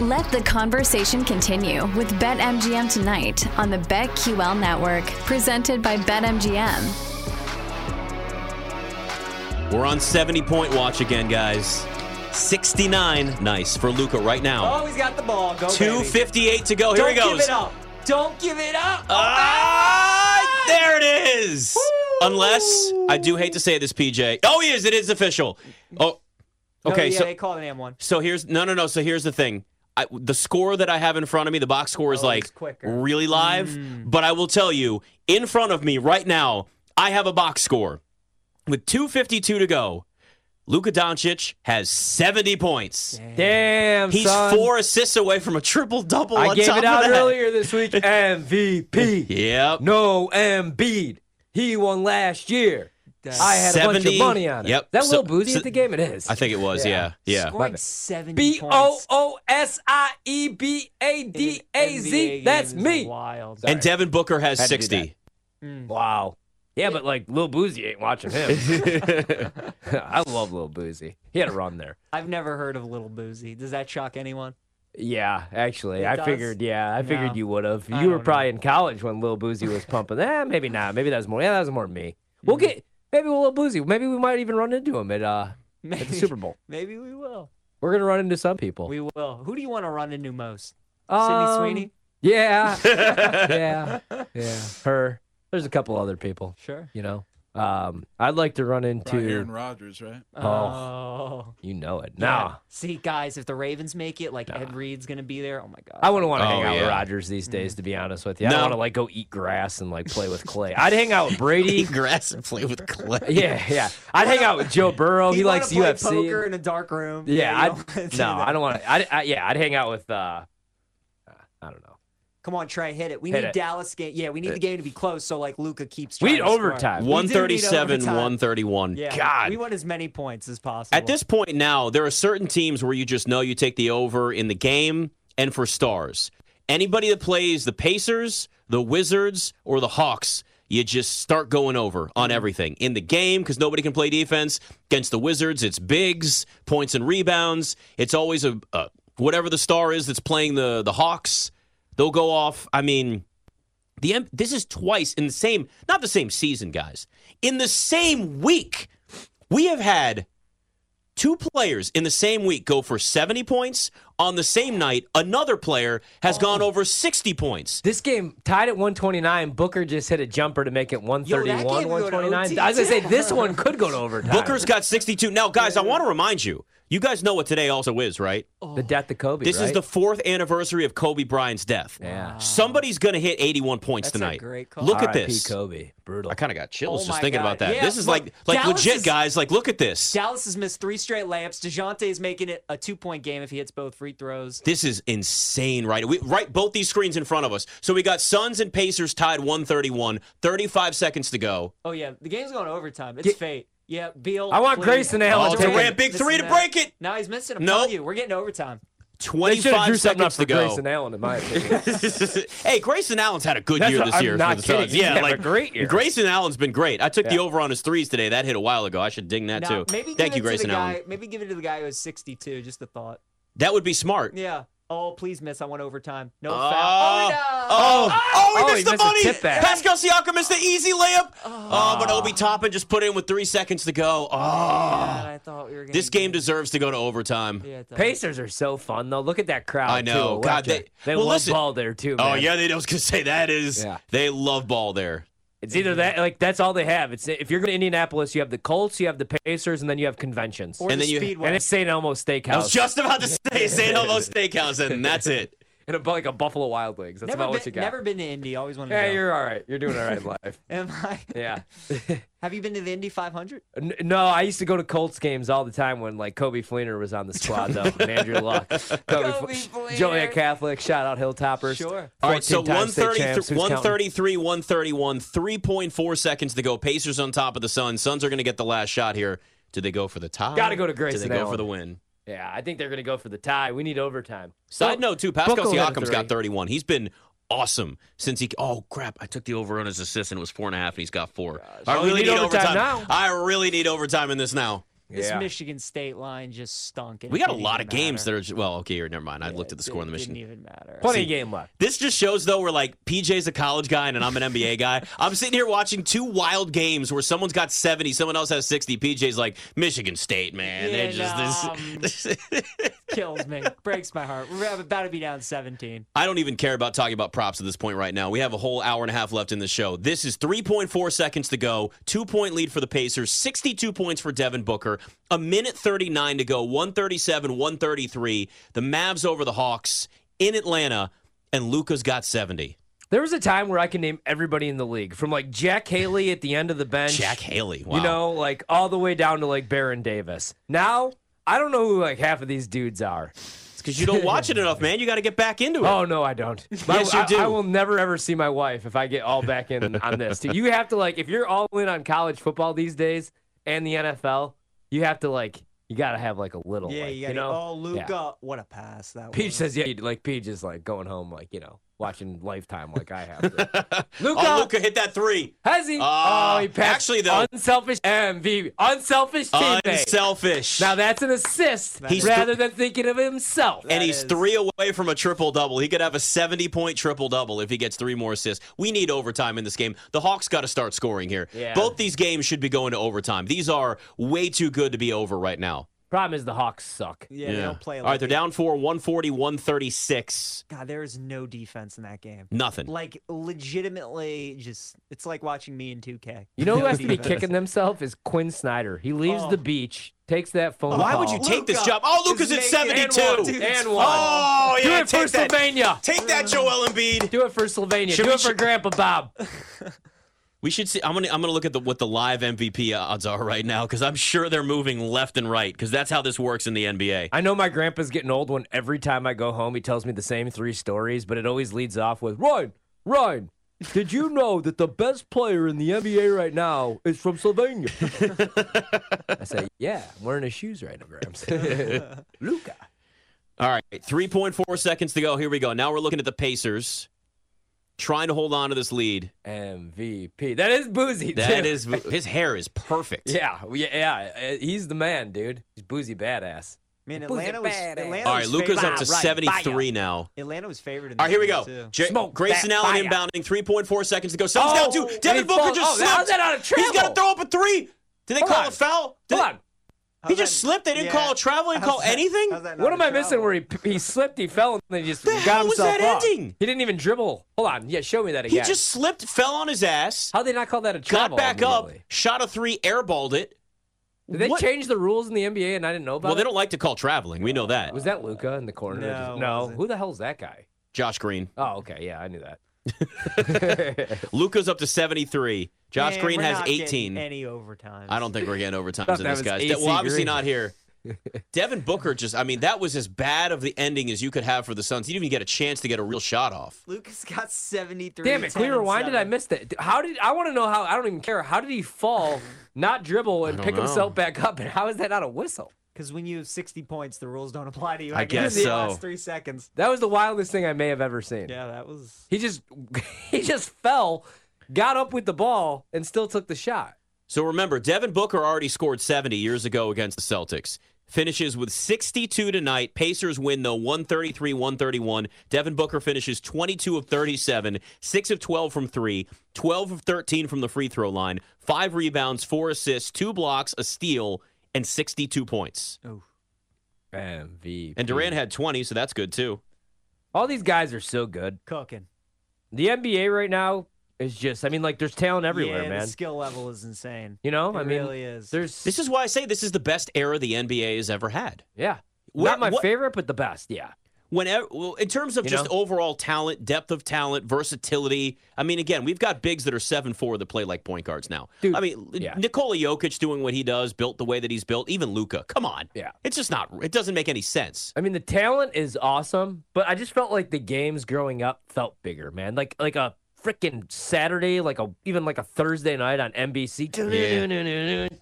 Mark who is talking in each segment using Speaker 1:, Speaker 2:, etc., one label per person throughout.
Speaker 1: Let the conversation continue with BetMGM tonight on the BetQL network, presented by BetMGM.
Speaker 2: We're on 70 point watch again, guys. 69, nice for Luca right now.
Speaker 3: Oh, he's got the ball. Go, baby.
Speaker 2: 258 to go. Here
Speaker 3: Don't
Speaker 2: he goes. Uh,
Speaker 3: give it up. Don't give it up.
Speaker 2: Ah, there it is. Unless I do hate to say this, PJ. Oh, he is. It is official. Oh, okay.
Speaker 3: no, yeah,
Speaker 2: so
Speaker 3: they call it an M1.
Speaker 2: so here's no, no, no. So here's the thing. I, the score that I have in front of me, the box score is
Speaker 3: Oh, it's
Speaker 2: like
Speaker 3: quicker.
Speaker 2: really live.
Speaker 4: Mm.
Speaker 2: But I will tell you, in front of me right now, I have a box score with 252 to go. Luka Doncic has 70 points.
Speaker 4: Damn,
Speaker 2: He's
Speaker 4: son.
Speaker 2: four assists away from a triple double.
Speaker 4: I
Speaker 2: on
Speaker 4: gave
Speaker 2: top
Speaker 4: it
Speaker 2: of
Speaker 4: out
Speaker 2: that.
Speaker 4: earlier this week. MVP.
Speaker 2: Yep.
Speaker 4: No Embiid. He won last year.
Speaker 3: Dang.
Speaker 4: I had a bunch of
Speaker 2: 70
Speaker 4: money on it.
Speaker 2: yep.
Speaker 4: That
Speaker 2: So-
Speaker 4: little boozy
Speaker 2: so-
Speaker 4: at the game. It is.
Speaker 2: I think it was. Yeah. Yeah.
Speaker 4: My
Speaker 3: Scoring
Speaker 4: bad.
Speaker 3: 70
Speaker 4: B O
Speaker 3: points
Speaker 4: O S I E B A
Speaker 3: in an
Speaker 4: D A
Speaker 3: NBA
Speaker 4: Z.
Speaker 3: game
Speaker 4: That's
Speaker 3: is
Speaker 4: me.
Speaker 3: Wild.
Speaker 2: And Devin Booker has
Speaker 4: Had to do
Speaker 2: 60.
Speaker 4: Wow. Yeah, but like Lil Boozy ain't watching him. I love Lil Boozy. He had a run there.
Speaker 3: I've never heard of Little Boozy. Does that shock anyone?
Speaker 4: Yeah, actually,
Speaker 3: It
Speaker 4: I
Speaker 3: does?
Speaker 4: figured. Yeah, I figured
Speaker 3: No.
Speaker 4: you would have.
Speaker 3: I
Speaker 4: You were
Speaker 3: don't know.
Speaker 4: probably in college when Lil Boozy was pumping. eh, maybe not. Maybe that was more. Yeah, that was more me. We'll
Speaker 3: Mm-hmm.
Speaker 4: get maybe Lil Boozy. Maybe we might even run into him at uh
Speaker 3: Maybe,
Speaker 4: at the Super Bowl.
Speaker 3: maybe we will.
Speaker 4: We're gonna run into some
Speaker 2: Oh.
Speaker 4: people.
Speaker 3: We will. Who do you want to run into most?
Speaker 4: Um,
Speaker 3: Sydney Sweeney?
Speaker 4: Yeah, yeah, yeah. Her. There's a couple other people.
Speaker 3: Sure.
Speaker 4: You know. Um, I'd like to run into.
Speaker 5: Aaron Rodgers, right?
Speaker 3: Oh.
Speaker 4: You know it. No.
Speaker 3: Yeah. See, guys, if the Ravens make it, like Ed Reed's going to be there. Oh, Mm-hmm. my God.
Speaker 4: I wouldn't want to hang
Speaker 2: Oh,
Speaker 4: out
Speaker 2: yeah.
Speaker 4: with Rodgers these days, to be honest with you. I
Speaker 2: No.
Speaker 4: don't want to like go eat grass and like play with Clay. I'd hang out with Brady.
Speaker 2: grass and play with clay.
Speaker 4: Yeah, yeah. I'd hang out with Joe
Speaker 2: Oh,
Speaker 4: Burrow. He,
Speaker 3: You wanna
Speaker 4: likes
Speaker 3: play
Speaker 4: UFC.
Speaker 3: poker in a dark room.
Speaker 4: yeah,
Speaker 3: you don't wanna
Speaker 4: I'd,
Speaker 3: do
Speaker 4: no,
Speaker 3: that.
Speaker 4: I don't want to. I, I, yeah, I'd hang out with. uh I don't know.
Speaker 3: Come on, Trey, hit it. We
Speaker 4: Hit
Speaker 3: need
Speaker 4: it.
Speaker 3: Dallas game. Yeah, we need the game to be close. So like Luca keeps.
Speaker 4: We
Speaker 3: trying
Speaker 4: need
Speaker 3: to score.
Speaker 4: overtime.
Speaker 3: One-
Speaker 2: 137,
Speaker 3: overtime.
Speaker 2: 131.
Speaker 3: Yeah,
Speaker 2: God.
Speaker 3: we want as many points as possible.
Speaker 2: At this point now, there are certain teams where you just know you take the over in the game and for stars. Anybody that plays the Pacers, the Wizards, or the Hawks, you just start going over on everything in the game because nobody can play defense. Against the Wizards, it's bigs, points, and rebounds. It's always a, a whatever the star is that's playing the the Hawks. They'll go off. I mean, the M- this is twice in the same, not the same season, guys. In the same week, we have had two players in the same week go for 70 points. On the same night, another player
Speaker 3: Oh.
Speaker 2: has gone over 60 points.
Speaker 4: This game tied at 129. Booker just hit a jumper to make it 131,
Speaker 3: game could go to
Speaker 4: 129.
Speaker 3: OT,
Speaker 4: I was gonna say
Speaker 3: too.
Speaker 4: this one could go to overtime.
Speaker 2: Booker's got 62. Now, guys, I want to remind you, you guys know what today also is, right?
Speaker 4: the death of Kobe.
Speaker 2: This is
Speaker 4: right?
Speaker 2: the fourth anniversary of Kobe Bryant's death.
Speaker 4: Yeah.
Speaker 2: Somebody's going to hit 81 points
Speaker 3: That's a
Speaker 2: tonight.
Speaker 3: great call.
Speaker 2: Look at
Speaker 4: RIP
Speaker 2: this.
Speaker 4: Kobe. Brutal.
Speaker 2: I kind of got chills
Speaker 3: Oh
Speaker 2: just
Speaker 3: my
Speaker 2: thinking
Speaker 3: God.
Speaker 2: about that.
Speaker 3: Yeah,
Speaker 2: this is
Speaker 3: look,
Speaker 2: like like
Speaker 3: Dallas
Speaker 2: legit,
Speaker 3: is-
Speaker 2: guys. Like, look at this.
Speaker 3: Dallas has missed three straight layups. Dejounte's making it a two-point game if he hits both free throws.
Speaker 2: This is insane, right? We right both these screens in front of us. So we got Suns and Pacers tied 131, 35 seconds to go.
Speaker 3: Oh yeah, the game's going to overtime. It's
Speaker 4: Get-
Speaker 3: fate. Yeah, Beal.
Speaker 4: I want
Speaker 3: please.
Speaker 4: Grayson Allen
Speaker 2: Oh,
Speaker 4: take it.
Speaker 2: Durant, big
Speaker 3: This and
Speaker 2: three to
Speaker 3: that.
Speaker 2: break it.
Speaker 3: Now he's missing. I'm
Speaker 2: Nope.
Speaker 3: telling you, we're getting overtime.
Speaker 4: They should have
Speaker 2: 25
Speaker 4: drew something up
Speaker 2: seconds
Speaker 4: for
Speaker 2: to go.
Speaker 4: Grayson Allen, in my opinion.
Speaker 2: hey, Grayson Allen's had a good
Speaker 4: That's
Speaker 2: year
Speaker 4: what-
Speaker 2: this
Speaker 4: I'm
Speaker 2: year
Speaker 4: not
Speaker 2: for the
Speaker 4: kidding.
Speaker 2: Suns.
Speaker 4: He's
Speaker 2: Yeah,
Speaker 4: had a
Speaker 2: like
Speaker 4: great year.
Speaker 2: Grayson Allen's been great. I took the
Speaker 4: Yeah.
Speaker 2: over on his threes today. That hit a while ago. I should ding that
Speaker 3: Now,
Speaker 2: too.
Speaker 3: maybe give
Speaker 2: Thank
Speaker 3: it
Speaker 2: you, Grayson
Speaker 3: to the
Speaker 2: Allen.
Speaker 3: Guy, maybe give it to the guy who was 62. Just a thought.
Speaker 2: That would be smart.
Speaker 3: Yeah. Oh, please miss. I want overtime. No
Speaker 2: Oh, oh,
Speaker 3: foul. Oh, no.
Speaker 2: oh, he
Speaker 4: Oh, he
Speaker 2: missed the
Speaker 4: missed a
Speaker 2: money.
Speaker 4: tip back.
Speaker 2: Pascal Siakam missed the easy layup. Oh, but
Speaker 3: Ah.
Speaker 2: Obi Toppin just put in with three seconds to go. Oh,
Speaker 3: God, I thought we were gonna
Speaker 2: this game
Speaker 3: get-
Speaker 2: deserves to go to overtime.
Speaker 3: Yeah, it does.
Speaker 4: Pacers are so fun though. Look at that crowd.
Speaker 2: I know.
Speaker 4: Too.
Speaker 2: God,
Speaker 4: Electric.
Speaker 2: they-
Speaker 4: they,
Speaker 2: well,
Speaker 4: love
Speaker 2: listen.
Speaker 4: ball there too.
Speaker 2: Oh
Speaker 4: man.
Speaker 2: yeah, they I was gonna say that is
Speaker 4: Yeah.
Speaker 2: they love ball there.
Speaker 4: It's either that like that's all they have. It's if you're going to Indianapolis, you have the Colts, you have the Pacers, and then you have conventions.
Speaker 3: Or
Speaker 2: And
Speaker 3: the
Speaker 2: then you-
Speaker 3: Speedway.
Speaker 4: and it's St. Elmo
Speaker 2: I was
Speaker 4: Steakhouse
Speaker 2: just about to say St. Elmo Steakhouse, and that's it.
Speaker 4: and a, like a Buffalo Wild Wings. That's
Speaker 3: never
Speaker 4: about
Speaker 3: been,
Speaker 4: what you got.
Speaker 3: never been to Indy. Always wanted
Speaker 4: yeah,
Speaker 3: to go.
Speaker 4: you're all right. You're doing all right in life.
Speaker 3: Am I?
Speaker 4: Yeah.
Speaker 3: Have you been to the Indy 500?
Speaker 4: N- No, I used to go to Colts games all the time when like Kobe Fleener was on the squad though, and Andrew Luck, Kobe,
Speaker 3: Kobe Fleener.
Speaker 4: Joliet Catholic, shout out Hilltoppers.
Speaker 3: Sure.
Speaker 2: All right, so
Speaker 4: 14 time state champs,
Speaker 2: 133, 133,
Speaker 4: who's counting?
Speaker 2: 131, 3.4 seconds to go. Pacers on top of the Suns. Suns are going to get the last shot here. Do they go for the tie?
Speaker 4: Gotta go to
Speaker 2: Do they
Speaker 4: Grayson
Speaker 2: go
Speaker 4: Allen.
Speaker 2: for the win?
Speaker 4: Yeah, I think they're going to go for the tie. We need overtime.
Speaker 2: Side note, too, Pascal
Speaker 4: Booker will hit a
Speaker 2: Siakam's got
Speaker 4: three.
Speaker 2: 31. He's been awesome since he. Oh, crap. I took the over on his assist, and it was four and a half, and he's got four. I
Speaker 4: Well,
Speaker 2: really
Speaker 4: we Oh, need
Speaker 2: need
Speaker 4: overtime now.
Speaker 2: I really need overtime in this now.
Speaker 3: This
Speaker 4: Yeah.
Speaker 3: Michigan State line just stunk. and
Speaker 2: We
Speaker 3: it
Speaker 2: got a
Speaker 3: didn't
Speaker 2: lot of
Speaker 3: even
Speaker 2: games that
Speaker 3: matter.
Speaker 2: are ju- well, okay, never mind. I looked at the score on the
Speaker 3: It
Speaker 2: mission.
Speaker 3: Didn't even matter.
Speaker 4: Plenty of game left.
Speaker 2: This just shows, though, we're like PJ's a college guy and I'm an NBA guy. I'm sitting here watching two wild games where someone's got 70, someone else has 60. PJ's like Michigan State, man. They're just this.
Speaker 3: um, kills me, breaks my heart. We're about to be down 17.
Speaker 2: I don't even care about talking about props at this point right now. We have a whole hour and a half left in the show. This is 3.4 seconds to go. Two point lead for the Pacers, 62 points for Devin Booker, a minute 39 to go, 137, 133. The Mavs over the Hawks in Atlanta, and Luca's got 70.
Speaker 4: There was a time where I could name everybody in the league, from like Jack Haley at the end of the bench,
Speaker 2: Jack Haley. Wow.
Speaker 4: you know, like all the way down to like Baron Davis. Now I don't know who like half of these dudes are.
Speaker 2: because you don't watch it enough, man. You got to get back into it.
Speaker 4: Oh no, I don't.
Speaker 2: Yes, you
Speaker 4: I,
Speaker 2: do.
Speaker 4: I will never ever see my wife if I get all back in on this. Too. You have to like if you're all in on college football these days and the NFL, you have to like you gotta have like a little.
Speaker 3: Yeah,
Speaker 4: like,
Speaker 3: you got
Speaker 4: know.
Speaker 3: oh Luca,
Speaker 4: Yeah.
Speaker 3: what a pass that
Speaker 4: Peach
Speaker 3: was.
Speaker 4: says yeah, like Peach is like going home like you know watching Lifetime like I have. to. Luca,
Speaker 2: Oh, Luca hit that three.
Speaker 4: has he?
Speaker 2: Uh,
Speaker 3: Ah,
Speaker 4: oh, he passed.
Speaker 2: actually, though-
Speaker 4: unselfish MVP, unselfish teammate.
Speaker 2: Unselfish.
Speaker 4: now that's an assist
Speaker 2: He's
Speaker 4: rather than thinking of himself.
Speaker 2: and he's
Speaker 3: is-
Speaker 2: three away from a triple double. He could have a 70 point triple double if he gets three more assists. We need overtime in this game. The Hawks got to start scoring here.
Speaker 4: Yeah.
Speaker 2: Both these games should be going to overtime. These are way too good to be over right now.
Speaker 4: Problem is the Hawks suck.
Speaker 3: yeah, they don't play.
Speaker 2: All
Speaker 3: Like
Speaker 2: right, they're
Speaker 3: it.
Speaker 2: down four, 140, 136.
Speaker 3: God, there is no defense in that game.
Speaker 2: Nothing.
Speaker 3: Like legitimately, just it's like watching me in 2K.
Speaker 4: You know who
Speaker 3: No
Speaker 4: has to be
Speaker 3: defense.
Speaker 4: kicking themselves is Quinn Snyder. He leaves
Speaker 3: Oh.
Speaker 4: the beach, takes that phone
Speaker 2: Why would
Speaker 4: call,
Speaker 2: you take this
Speaker 3: Luka
Speaker 2: job? Oh, Luca's at
Speaker 3: is making-
Speaker 2: 72.
Speaker 4: and one, and one.
Speaker 2: Oh,
Speaker 4: Do
Speaker 2: yeah.
Speaker 4: it for
Speaker 2: Take that,
Speaker 4: Sylvania.
Speaker 2: take that, Joel Embiid.
Speaker 4: Do it for Sylvania.
Speaker 2: Should
Speaker 4: Do
Speaker 2: we-
Speaker 4: it for Grandpa Bob.
Speaker 2: We should see. I'm gonna I'm gonna look at the what the live MVP odds are right now because I'm sure they're moving left and right because that's how this works in the NBA.
Speaker 4: I know my grandpa's getting old when every time I go home, he tells me the same three stories, but it always leads off with Ryan, Ryan, did you know that the best player in the NBA right now is from Sylvania? I say, yeah, I'm wearing his shoes right now, Grams. Luca.
Speaker 2: All right, 3.4 seconds to go. Here we go. Now we're looking at the Pacers trying to hold on to this lead.
Speaker 4: MVP. That is Boozy.
Speaker 2: That
Speaker 4: too.
Speaker 2: is his hair is perfect.
Speaker 4: Yeah, yeah, yeah. uh, He's the man, dude. He's Boozy badass.
Speaker 3: I mean,
Speaker 4: Who's
Speaker 3: Atlanta
Speaker 4: it
Speaker 3: was.
Speaker 4: bad at?
Speaker 3: Atlanta
Speaker 2: All right,
Speaker 3: was
Speaker 2: Luca's
Speaker 3: favored-
Speaker 2: up to
Speaker 3: Right,
Speaker 2: 73 now.
Speaker 3: Atlanta was favored. In
Speaker 2: All right, here we
Speaker 3: this
Speaker 2: go.
Speaker 3: game, too.
Speaker 2: J-
Speaker 4: Smoke
Speaker 2: Grayson
Speaker 4: that
Speaker 2: Allen
Speaker 4: fire.
Speaker 2: inbounding, 3.4 seconds to go. Suns
Speaker 4: Oh,
Speaker 2: down two.
Speaker 4: and
Speaker 2: Devin
Speaker 4: he
Speaker 2: Booker
Speaker 4: falls-
Speaker 2: just
Speaker 4: oh, how's
Speaker 2: slipped.
Speaker 4: that out of
Speaker 2: He's got to
Speaker 4: travel?
Speaker 2: throw up a three. Did they
Speaker 4: Hold
Speaker 2: call
Speaker 4: on.
Speaker 2: a foul? Did
Speaker 4: Hold
Speaker 2: they-
Speaker 4: on.
Speaker 2: He
Speaker 3: How's
Speaker 2: just
Speaker 3: that-
Speaker 2: slipped. They didn't
Speaker 3: yeah.
Speaker 2: call a travel. They didn't
Speaker 3: How's
Speaker 2: call
Speaker 3: that-
Speaker 2: anything.
Speaker 3: how's that not
Speaker 4: What
Speaker 3: a
Speaker 4: am I missing?
Speaker 3: travel?
Speaker 4: Where he he slipped, he fell, and then he just
Speaker 2: The
Speaker 4: got
Speaker 2: hell was
Speaker 4: himself
Speaker 2: that
Speaker 4: up.
Speaker 2: ending?
Speaker 4: He didn't even dribble. Hold on, yeah, show me that
Speaker 2: He
Speaker 4: again.
Speaker 2: just slipped, fell on his ass,
Speaker 4: How would they not call that a
Speaker 2: got
Speaker 4: travel?
Speaker 2: back up,
Speaker 4: immediately?
Speaker 2: shot a three, airballed it.
Speaker 4: Did they
Speaker 2: What-
Speaker 4: change the rules in the NBA and I didn't know about
Speaker 2: Well,
Speaker 4: it?
Speaker 2: they don't like to call traveling. We know that.
Speaker 4: Was that Luca in the corner?
Speaker 3: No,
Speaker 4: Just-
Speaker 3: it
Speaker 4: no.
Speaker 3: wasn't.
Speaker 4: Who the hell's that guy?
Speaker 2: Josh Green.
Speaker 4: Oh, okay, yeah, I knew that.
Speaker 2: Luca's up to 73. Josh
Speaker 3: Man,
Speaker 2: Green
Speaker 3: we're
Speaker 2: has
Speaker 3: not getting
Speaker 2: 18.
Speaker 3: Any overtime?
Speaker 2: I don't think we're getting overtimes
Speaker 4: Thought
Speaker 2: in
Speaker 4: that
Speaker 2: this
Speaker 4: was
Speaker 2: guy's.
Speaker 4: AC
Speaker 2: well, obviously
Speaker 4: Green.
Speaker 2: not here. Devin Booker just, I mean, that was as bad of the ending as you could have for the Suns. He didn't even get a chance to get a real shot off.
Speaker 3: Luca's got 73.
Speaker 4: Damn it! Can we
Speaker 3: 10,
Speaker 4: rewind it? I
Speaker 3: seven.
Speaker 4: missed it. How did I want to know how? I don't even care. How did he fall, not dribble, and
Speaker 2: don't
Speaker 4: pick
Speaker 2: know.
Speaker 4: himself back up? And how is that not a whistle?
Speaker 3: Because when you have 60 points, the rules don't apply to you.
Speaker 2: I guess
Speaker 3: in the
Speaker 2: so.
Speaker 3: Last three seconds.
Speaker 4: That was the wildest thing I may have ever seen.
Speaker 3: Yeah, that was.
Speaker 4: He just he just fell, got up with the ball, and still took the shot.
Speaker 2: So remember, Devin Booker already scored 70 years ago against the Celtics. Finishes with 62 tonight. Pacers win though 133 131. Devin Booker finishes 22 of 37, 6 of 12 from 3, 12 of 13 from the free throw line, 5 rebounds, 4 assists, 2 blocks, a steal, and 62 points.
Speaker 4: MVP.
Speaker 2: And Durant had 20, so that's good too.
Speaker 4: All these guys are so good.
Speaker 3: Cooking.
Speaker 4: The NBA right now is just. I mean, like there's talent everywhere,
Speaker 3: yeah,
Speaker 4: man.
Speaker 3: The skill level is insane.
Speaker 4: You know,
Speaker 3: it
Speaker 4: I mean,
Speaker 3: really is.
Speaker 4: there's
Speaker 2: This is why I say this is the best era the NBA has ever had.
Speaker 4: yeah,
Speaker 2: Where-
Speaker 4: not my
Speaker 2: what-
Speaker 4: favorite, but the best. Yeah,
Speaker 2: whenever well, in terms of
Speaker 4: You
Speaker 2: just
Speaker 4: know?
Speaker 2: overall talent, depth of talent, versatility. I mean, again, we've got bigs that are seven four that play like point guards now.
Speaker 4: Dude,
Speaker 2: I mean,
Speaker 4: yeah.
Speaker 2: Nikola Jokic doing what he does, built the way that he's built. Even Luca, come on,
Speaker 4: Yeah.
Speaker 2: it's just not. It doesn't make any sense.
Speaker 4: I mean, the talent is awesome, but I just felt like the games growing up felt bigger, man. Like like a freaking Saturday, like a even like a Thursday night on NBC.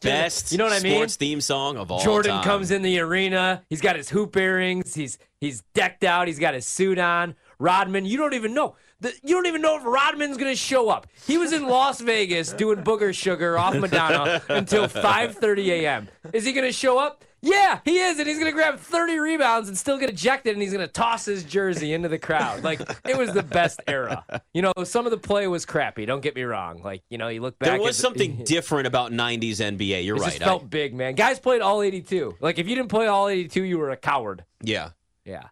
Speaker 2: Best,
Speaker 4: You know what I mean?
Speaker 2: Sports theme song of all
Speaker 4: Jordan
Speaker 2: time.
Speaker 4: comes in the arena. He's got his hoop earrings. He's he's decked out. He's got his suit on. Rodman. You don't even know. The, you don't even know if Rodman's going to show up. He was in Las Vegas doing booger sugar off Madonna until 5:30 a.m. Is he going to show up? Yeah, he is, and he's going to grab 30 rebounds and still get ejected, and he's going to toss his jersey into the crowd. Like it was the best era. You know, some of the play was crappy. Don't get me wrong. Like you know, you look back.
Speaker 2: There was
Speaker 4: as-
Speaker 2: something different about 90s NBA. You're
Speaker 4: It
Speaker 2: right.
Speaker 4: just
Speaker 2: I-
Speaker 4: felt big, man. Guys played all 82. Like if you didn't play all 82, you were a coward.
Speaker 2: yeah.
Speaker 4: Yeah.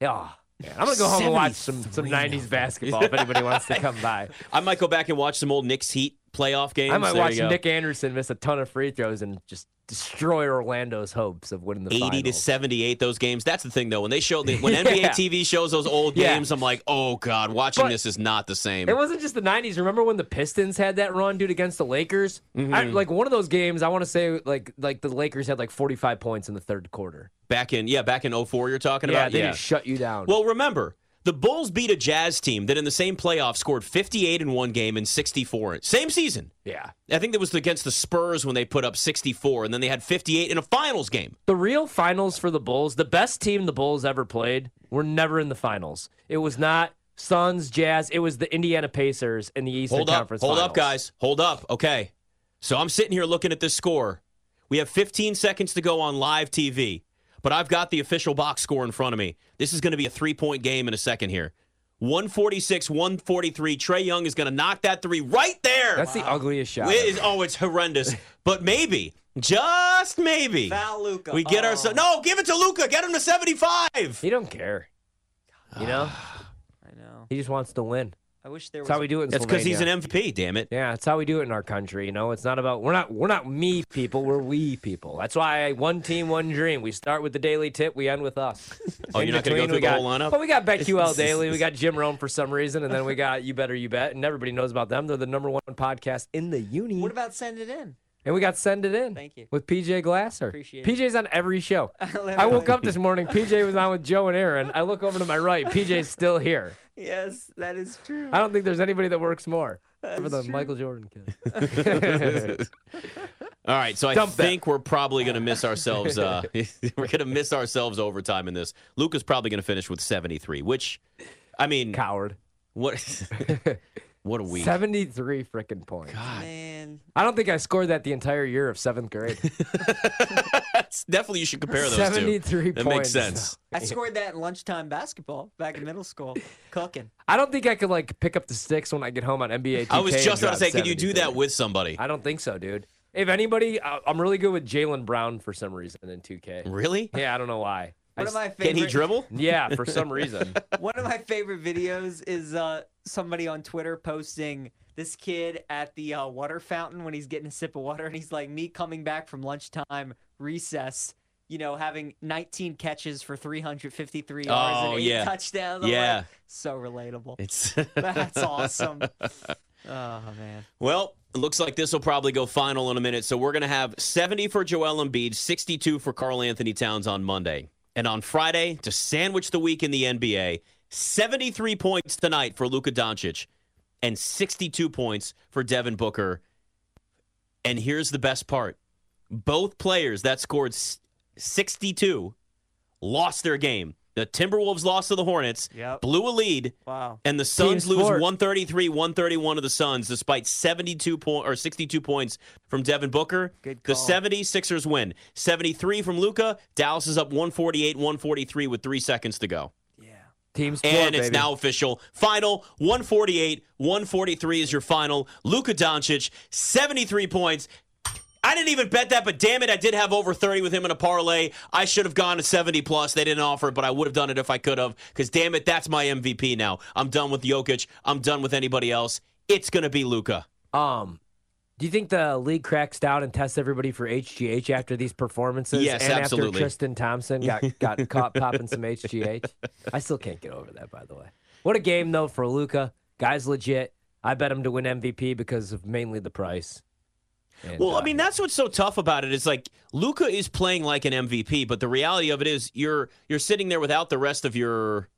Speaker 4: Yeah. Man, I'm gonna go home and watch some some 90s basketball if anybody wants to come by.
Speaker 2: I might go back and watch some old Knicks Heat playoff games.
Speaker 4: I might
Speaker 2: There
Speaker 4: watch
Speaker 2: you go.
Speaker 4: Nick Anderson miss a ton of free throws and just destroy Orlando's hopes of winning the
Speaker 2: 80
Speaker 4: finals.
Speaker 2: to 78 those games that's the thing though when they show the, when nba
Speaker 4: Yeah.
Speaker 2: tv shows those old
Speaker 4: Yeah.
Speaker 2: games i'm like oh god watching
Speaker 4: But-
Speaker 2: this is not the same
Speaker 4: It wasn't just the '90s. Remember when the Pistons had that run, dude, against the Lakers? I,
Speaker 2: Mm-hmm.
Speaker 4: like one of those games, I want to say like like the Lakers had like 45 points in the third quarter.
Speaker 2: back in yeah back in 04 you're talking
Speaker 4: Yeah,
Speaker 2: about
Speaker 4: they
Speaker 2: yeah
Speaker 4: just shut you down.
Speaker 2: well remember the bulls beat a jazz team that in the same playoff scored 58 in one game and 64 in- same season
Speaker 4: yeah.
Speaker 2: i think that was against the spurs when they put up 64 and then they had 58 in a finals game
Speaker 4: The real finals for the Bulls, the best team the Bulls ever played, were never in the finals. It was not Suns, Jazz. It was the Indiana Pacers in the Eastern
Speaker 2: hold up
Speaker 4: Conference
Speaker 2: hold
Speaker 4: Finals.
Speaker 2: up guys hold up okay so i'm sitting here looking at this score we have 15 seconds to go on live tv but i've got the official box score in front of me this is going to be a three point game in a second here 146 143 trey young is going to knock that three right there
Speaker 4: That's the ugliest shot.
Speaker 2: it is, oh it's horrendous but maybe just maybe
Speaker 3: Foul Luka.
Speaker 2: we get ourselves no give it to luca get him to 75
Speaker 4: He don't care. You know,
Speaker 3: I know.
Speaker 4: he just wants to win.
Speaker 3: I wish there was.
Speaker 4: That's how we do it. In
Speaker 2: that's because he's
Speaker 4: Slovenia.
Speaker 2: an mvp damn it
Speaker 4: Yeah, that's how we do it in our country. You know, it's not about we're not we're not me people. We're we people. That's why one team, one dream. We start with the daily tip. We end with us.
Speaker 2: Oh,
Speaker 4: In
Speaker 2: you're not gonna go
Speaker 4: between,
Speaker 2: through the
Speaker 4: we got,
Speaker 2: whole lineup?
Speaker 4: But we got BetQL Daily. We got Jim Rome for some reason, and then we got You Better You Bet, and everybody knows about them. They're the number one podcast in the uni.
Speaker 3: What about send it in?
Speaker 4: and we got Send It In.
Speaker 3: Thank you.
Speaker 4: With PJ Glasser.
Speaker 3: Appreciate it.
Speaker 4: PJ's on every show.
Speaker 3: love
Speaker 4: I woke
Speaker 3: it.
Speaker 4: up this morning. PJ was on with Joe and Aaron. I look over to my right. PJ's still here.
Speaker 3: Yes, that is true.
Speaker 4: I don't think there's anybody that works more. Except for the Michael Jordan kid.
Speaker 2: All right, so I
Speaker 4: Dump that.
Speaker 2: think we're probably going to miss ourselves. Uh, we're going to miss ourselves overtime in this. Luca's probably going to finish with 73, which, I mean,
Speaker 4: Coward.
Speaker 2: what? what a week!
Speaker 4: 73 freaking points.
Speaker 3: Man,
Speaker 4: I don't think I scored that the entire year of seventh grade.
Speaker 2: That's definitely you should compare those two.
Speaker 4: 73
Speaker 2: That makes
Speaker 4: points.
Speaker 2: sense.
Speaker 3: I scored that in lunchtime basketball back in middle school. Cooking.
Speaker 4: I don't think I could like pick up the sticks when I get home on NBA. 2K
Speaker 2: I was just about to say,
Speaker 4: could
Speaker 2: could you do that with somebody?
Speaker 4: I don't think so, dude. If anybody, I- I'm really good with Jalen Brown for some reason in 2K.
Speaker 2: Really?
Speaker 4: Yeah, I don't know why. I
Speaker 3: One of
Speaker 4: just-
Speaker 3: my favorite.
Speaker 2: Can he dribble?
Speaker 4: yeah, for some reason.
Speaker 3: One of my favorite videos is uh, somebody on Twitter posting this kid at the uh, water fountain when he's getting a sip of water, and he's like, "Me coming back from lunchtime recess, you know, having 19 catches for 353 yards
Speaker 2: Oh,
Speaker 3: and eight
Speaker 2: yeah.
Speaker 3: touchdowns." I'm
Speaker 2: Yeah.
Speaker 3: like, so relatable.
Speaker 2: It's
Speaker 3: That's awesome. oh man,
Speaker 2: Well, it looks like this will probably go final in a minute. So we're going to have 70 for Joel Embiid, 62 for Carl Anthony Towns on Monday. And on Friday, to sandwich the week in the NBA, 73 points tonight for Luka Doncic and 62 points for Devin Booker. And here's the best part both players that scored s- 62 lost their game. The Timberwolves lost to the Hornets,
Speaker 3: Yep.
Speaker 2: blew a lead,
Speaker 3: wow.
Speaker 2: and the Suns lose
Speaker 4: sport.
Speaker 2: 133, 131 to the Suns, despite 72 point or 62 points from Devin Booker.
Speaker 3: Good
Speaker 2: The
Speaker 3: call.
Speaker 2: 76ers win. 73 from Luca. Dallas is up 148, 143 with three seconds to go.
Speaker 3: Yeah.
Speaker 4: Team sport,
Speaker 2: And it's
Speaker 4: baby.
Speaker 2: now official. Final 148, 143 is your final. Luka Doncic, 73 points. I didn't even bet that, but damn it, I did have over 30 with him in a parlay. I should have gone to 70 plus. They didn't offer it, but I would have done it if I could have. Because damn it, that's my MVP now. I'm done with Jokic. I'm done with anybody else. It's going to be Luka.
Speaker 4: Um, do you think the league cracks down and tests everybody for HGH after these performances?
Speaker 2: Yes,
Speaker 4: and
Speaker 2: absolutely.
Speaker 4: After Tristan Thompson got got caught popping some HGH, I still can't get over that. By the way, what a game though for Luca. Guy's legit. I bet him to win MVP because of mainly the price. And,
Speaker 2: Well, I
Speaker 4: uh,
Speaker 2: mean, that's what's so tough about it. It's like Luca is playing like an MVP, but the reality of it is you're you're sitting there without the rest of your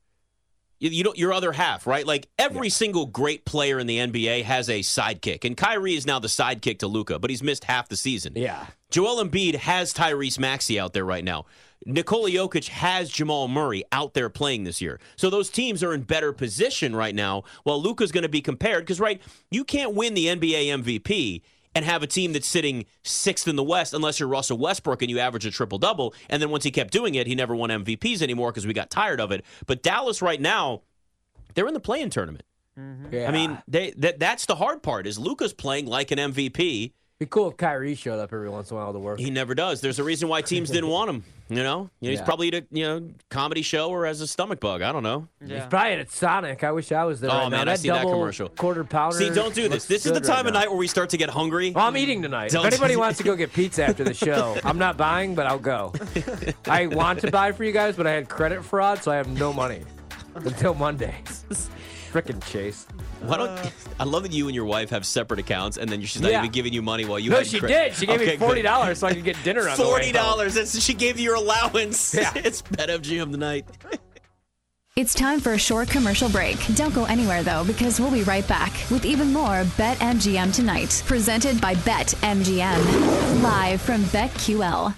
Speaker 2: you- you don't your other half, right? Like every single great player in the NBA has a sidekick, and Kyrie is now the sidekick to Luca, but he's missed half the season.
Speaker 4: yeah,
Speaker 2: Joel Embiid has Tyrese Maxey out there right now. Nikola Jokic has Jamal Murray out there playing this year. So those teams are in better position right now while Luca's going to be compared because, right, you can't win the NBA MVP and have a team that's sitting sixth in the West unless you're Russell Westbrook and you average a triple double. And then once he kept doing it, he never won MVPs anymore because we got tired of it. But Dallas right now, they're in the play in tournament. I mean, they that that's the hard part is Luca's playing like an MVP.
Speaker 4: be cool if Kyrie showed up every once in a while to work.
Speaker 2: He never does. There's a reason why teams didn't want him. You know, You know, he's
Speaker 4: Yeah.
Speaker 2: probably at a you know comedy show or has a stomach bug. I don't know.
Speaker 4: He's
Speaker 3: Yeah.
Speaker 4: probably at Sonic. I wish I was there.
Speaker 2: Oh,
Speaker 4: right now.
Speaker 2: man, I
Speaker 4: that
Speaker 2: seen that
Speaker 4: double
Speaker 2: commercial.
Speaker 4: Quarter pounder.
Speaker 2: See, don't do this.
Speaker 4: looks
Speaker 2: This is the
Speaker 4: good
Speaker 2: time
Speaker 4: right
Speaker 2: of
Speaker 4: now.
Speaker 2: night where we start to get hungry.
Speaker 4: Well, I'm eating tonight.
Speaker 2: Don't-
Speaker 4: If anybody wants to go get pizza after the show, I'm not buying, but I'll go. I want to buy for you guys, but I had credit fraud, so I have no money until Monday. Frickin' Chase.
Speaker 2: Why don't I love that you and your wife have separate accounts, and then she's not
Speaker 4: Yeah.
Speaker 2: even giving you money while you.
Speaker 4: No,
Speaker 2: had
Speaker 4: she
Speaker 2: cre-
Speaker 4: did. She gave
Speaker 2: Okay,
Speaker 4: me
Speaker 2: good.
Speaker 4: forty dollars so I could get dinner on the way
Speaker 2: Forty
Speaker 4: home.
Speaker 2: dollars. That's- She gave you your allowance.
Speaker 4: Yeah.
Speaker 2: it's BetMGM tonight.
Speaker 1: It's time for a short commercial break. Don't go anywhere though, because we'll be right back with even more BetMGM tonight, presented by BetMGM, live from BetQL.